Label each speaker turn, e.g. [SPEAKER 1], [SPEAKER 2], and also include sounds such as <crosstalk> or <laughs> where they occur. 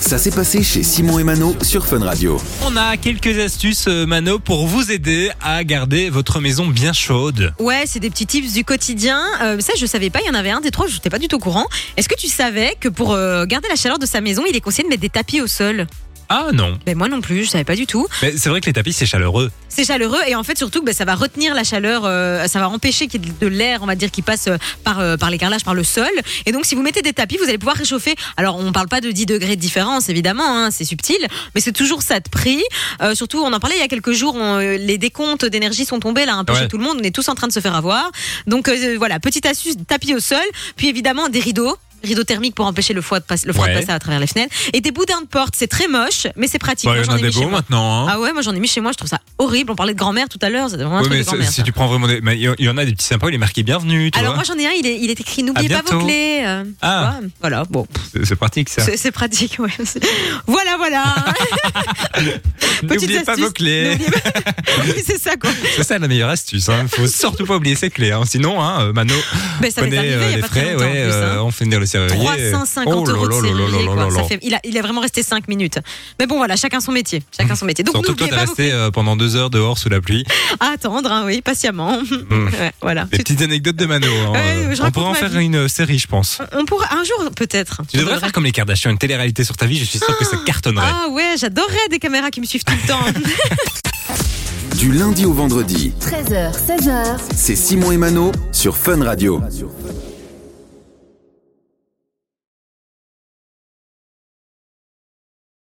[SPEAKER 1] Ça s'est passé chez Simon et Mano sur Fun Radio.
[SPEAKER 2] On a quelques astuces, euh, Mano, pour vous aider à garder votre maison bien chaude.
[SPEAKER 3] Ouais, c'est des petits tips du quotidien. Euh, ça, je savais pas, il y en avait un des trois, je n'étais pas du tout au courant. Est-ce que tu savais que pour euh, garder la chaleur de sa maison, il est conseillé de mettre des tapis au sol
[SPEAKER 2] Ah non,
[SPEAKER 3] Ben moi non plus, je savais pas du tout.
[SPEAKER 2] mais c'est vrai que les tapis c'est chaleureux.
[SPEAKER 3] C'est chaleureux et en fait surtout, ben, ça va retenir la chaleur, euh, ça va empêcher qu'il y ait de l'air, on va dire, qui passe euh, par, euh, par les carrelages, par le sol. Et donc si vous mettez des tapis, vous allez pouvoir réchauffer. Alors on parle pas de 10 degrés de différence, évidemment, hein, c'est subtil, mais c'est toujours ça de prix. Euh, surtout, on en parlait il y a quelques jours, on, euh, les décomptes d'énergie sont tombés là un peu
[SPEAKER 2] Ouais.
[SPEAKER 3] chez tout le monde, on est tous en train de se faire avoir. Donc euh, voilà, petite astuce, tapis au sol, puis évidemment des rideaux. Rideaux thermiques pour empêcher le froid de passer, le froid
[SPEAKER 2] Ouais.
[SPEAKER 3] de passer à travers les fenêtres. Et des boudins de porte, c'est très moche, mais c'est pratique.
[SPEAKER 2] Bah,
[SPEAKER 3] Moi,
[SPEAKER 2] il y en
[SPEAKER 3] j'en
[SPEAKER 2] a
[SPEAKER 3] ai
[SPEAKER 2] des
[SPEAKER 3] mis chez
[SPEAKER 2] beaux
[SPEAKER 3] moi.
[SPEAKER 2] maintenant. hein.
[SPEAKER 3] Ah ouais, moi j'en ai mis chez moi, je trouve ça horrible. On parlait de grand-mère tout à l'heure, c'est vraiment un
[SPEAKER 2] Ouais,
[SPEAKER 3] truc
[SPEAKER 2] mais
[SPEAKER 3] de
[SPEAKER 2] c'est-
[SPEAKER 3] grand-mère.
[SPEAKER 2] si
[SPEAKER 3] ça.
[SPEAKER 2] tu prends vraiment des. mais Il y- il y en a des petits sympas, il est marqué bienvenue, tu
[SPEAKER 3] Alors
[SPEAKER 2] vois.
[SPEAKER 3] moi j'en ai un, il est, il est écrit n'oubliez
[SPEAKER 2] À
[SPEAKER 3] pas vos
[SPEAKER 2] bientôt.
[SPEAKER 3] clés. euh, tu
[SPEAKER 2] Ah.
[SPEAKER 3] vois. Voilà, bon, pff,
[SPEAKER 2] C'est- C'est pratique ça.
[SPEAKER 3] c'est c'est pratique. ouais.
[SPEAKER 2] <laughs>
[SPEAKER 3] Voilà, voilà. hein, Petite
[SPEAKER 2] N'oubliez pas
[SPEAKER 3] astuce.
[SPEAKER 2] vos clés.
[SPEAKER 3] N'oubliez
[SPEAKER 2] <laughs>
[SPEAKER 3] pas- Oui, c'est ça quoi.
[SPEAKER 2] C'est ça la meilleure astuce. Il faut surtout pas oublier ses clés. hein. Sinon, hein, euh, Mano
[SPEAKER 3] Ben, ça m'est
[SPEAKER 2] connaît
[SPEAKER 3] arrivé
[SPEAKER 2] euh,
[SPEAKER 3] il y a
[SPEAKER 2] les
[SPEAKER 3] pas très
[SPEAKER 2] frais.
[SPEAKER 3] longtemps. en
[SPEAKER 2] Ouais,
[SPEAKER 3] plus, hein.
[SPEAKER 2] euh, on fait venir le serrurier.
[SPEAKER 3] 350
[SPEAKER 2] Oh là
[SPEAKER 3] euros de
[SPEAKER 2] là là là
[SPEAKER 3] serrurier,
[SPEAKER 2] là
[SPEAKER 3] quoi.
[SPEAKER 2] là
[SPEAKER 3] Ça
[SPEAKER 2] là.
[SPEAKER 3] fait- il, a, il a vraiment resté 5 minutes. Mais bon, voilà, chacun son métier. Chacun son métier. Donc,
[SPEAKER 2] Surtout que toi,
[SPEAKER 3] n'oubliez
[SPEAKER 2] t'es
[SPEAKER 3] pas vos
[SPEAKER 2] resté euh, pendant deux heures dehors sous la pluie.
[SPEAKER 3] à attendre, hein, oui, patiemment.
[SPEAKER 2] Mm.
[SPEAKER 3] <laughs> Ouais, voilà.
[SPEAKER 2] Des petites anecdotes de Mano. hein.
[SPEAKER 3] Ouais, je
[SPEAKER 2] on
[SPEAKER 3] raconte
[SPEAKER 2] pourrait en
[SPEAKER 3] ma
[SPEAKER 2] faire
[SPEAKER 3] vie.
[SPEAKER 2] une euh, série, je pense.
[SPEAKER 3] On pourra un jour peut-être.
[SPEAKER 2] Tu devrais faire comme les Kardashians, une télé-réalité sur ta vie. Je suis sûr que ça cartonnerait.
[SPEAKER 3] Ah ouais, j'adorerais des caméras qui me suivent tout le temps.
[SPEAKER 1] Du lundi au vendredi,
[SPEAKER 4] 13h, 16h,
[SPEAKER 1] c'est Simon et Mano sur Fun Radio.